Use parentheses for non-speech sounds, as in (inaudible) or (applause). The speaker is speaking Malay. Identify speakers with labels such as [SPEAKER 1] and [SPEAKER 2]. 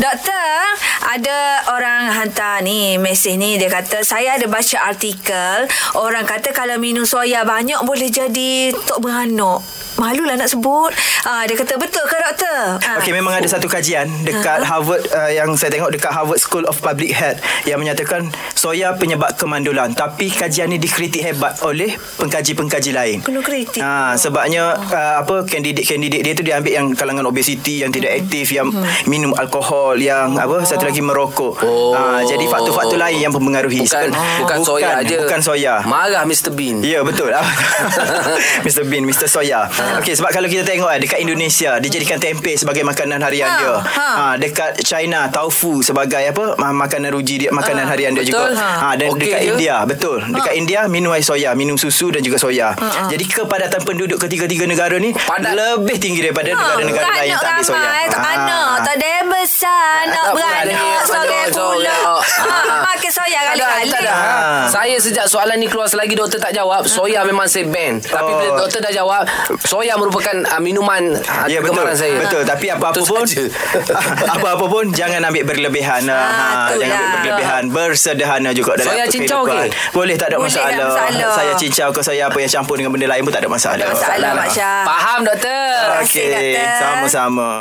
[SPEAKER 1] Doktor, ada orang hantar ni mesej ni dia kata saya ada baca artikel orang kata kalau minum soya banyak boleh jadi tok beranak. Malulah nak sebut. Ah dia kata betul ke doktor? Ah.
[SPEAKER 2] Okey memang ada satu kajian dekat Harvard uh, yang saya tengok dekat Harvard School of Public Health yang menyatakan soya penyebab kemandulan tapi kajian ni dikritik hebat oleh pengkaji-pengkaji lain.
[SPEAKER 1] Kena kritik.
[SPEAKER 2] Ha, sebabnya uh, apa kandidat-kandidat dia tu dia ambil yang kalangan obesiti yang
[SPEAKER 1] Hmm.
[SPEAKER 2] tidak aktif yang minum alkohol yang apa satu lagi merokok.
[SPEAKER 3] Oh.
[SPEAKER 2] Ha, jadi faktor-faktor lain yang mempengaruhi.
[SPEAKER 3] Bukan,
[SPEAKER 2] Seben-
[SPEAKER 3] kan? bukan soya
[SPEAKER 2] Ah, bukan,
[SPEAKER 3] je.
[SPEAKER 2] Bukan soya.
[SPEAKER 3] Marah Mr. Bean.
[SPEAKER 2] Ya betul (laughs) lah Mr Bean Mr Soya Okey sebab kalau kita tengok kan Dekat Indonesia Dia jadikan tempe Sebagai makanan harian
[SPEAKER 1] Ha,
[SPEAKER 2] dia
[SPEAKER 1] ha.
[SPEAKER 2] ha, Dekat China Taufu sebagai apa ma- Makanan ruji dia Makanan harian dia
[SPEAKER 3] betul.
[SPEAKER 2] juga ha.
[SPEAKER 3] Ha.
[SPEAKER 2] Dan
[SPEAKER 3] Okey
[SPEAKER 2] dekat
[SPEAKER 3] je.
[SPEAKER 2] India Betul Dekat India Minum air soya Minum susu dan juga soya Jadi kepadatan penduduk Ketiga-tiga negara ni
[SPEAKER 3] Padat.
[SPEAKER 2] Lebih tinggi daripada Negara-negara lain Yang tak
[SPEAKER 1] tak
[SPEAKER 2] ambil soya
[SPEAKER 1] Ha, Ah, ramai, tak
[SPEAKER 2] Ha.
[SPEAKER 1] anak, tak ada besar, nak
[SPEAKER 3] Tak
[SPEAKER 1] beranak, soya
[SPEAKER 3] beranak, soya, soya.
[SPEAKER 1] pula.
[SPEAKER 3] Ah.
[SPEAKER 1] Ah, Makan soya
[SPEAKER 3] Tak ada,
[SPEAKER 1] kali-kali.
[SPEAKER 3] tak ada.
[SPEAKER 2] Ha.
[SPEAKER 3] Saya sejak soalan ni keluar selagi doktor tak jawab, soya memang saya ban.
[SPEAKER 2] Ah.
[SPEAKER 3] Tapi
[SPEAKER 2] Oh.
[SPEAKER 3] bila doktor dah jawab, soya merupakan ah, minuman ah,
[SPEAKER 2] Ya betul
[SPEAKER 3] kegemaran saya.
[SPEAKER 2] Betul Tapi apa-apa
[SPEAKER 3] Betul
[SPEAKER 2] pun
[SPEAKER 3] saja.
[SPEAKER 2] (laughs) Apa-apa pun Jangan ambil berlebihan ha,
[SPEAKER 1] Ah,
[SPEAKER 2] Jangan
[SPEAKER 1] itulah.
[SPEAKER 2] ambil berlebihan Bersederhana juga dalam
[SPEAKER 3] Saya cincau ke?
[SPEAKER 2] Boleh tak ada
[SPEAKER 1] Boleh, tak
[SPEAKER 2] masalah.
[SPEAKER 1] ada masalah.
[SPEAKER 2] Saya cincau ke Saya apa yang campur dengan benda lain pun Tak ada masalah
[SPEAKER 1] Tak ada masalah, Mak Syah.
[SPEAKER 3] Faham doktor?
[SPEAKER 1] kasih,
[SPEAKER 2] Okey
[SPEAKER 1] doktor.
[SPEAKER 2] Sama-sama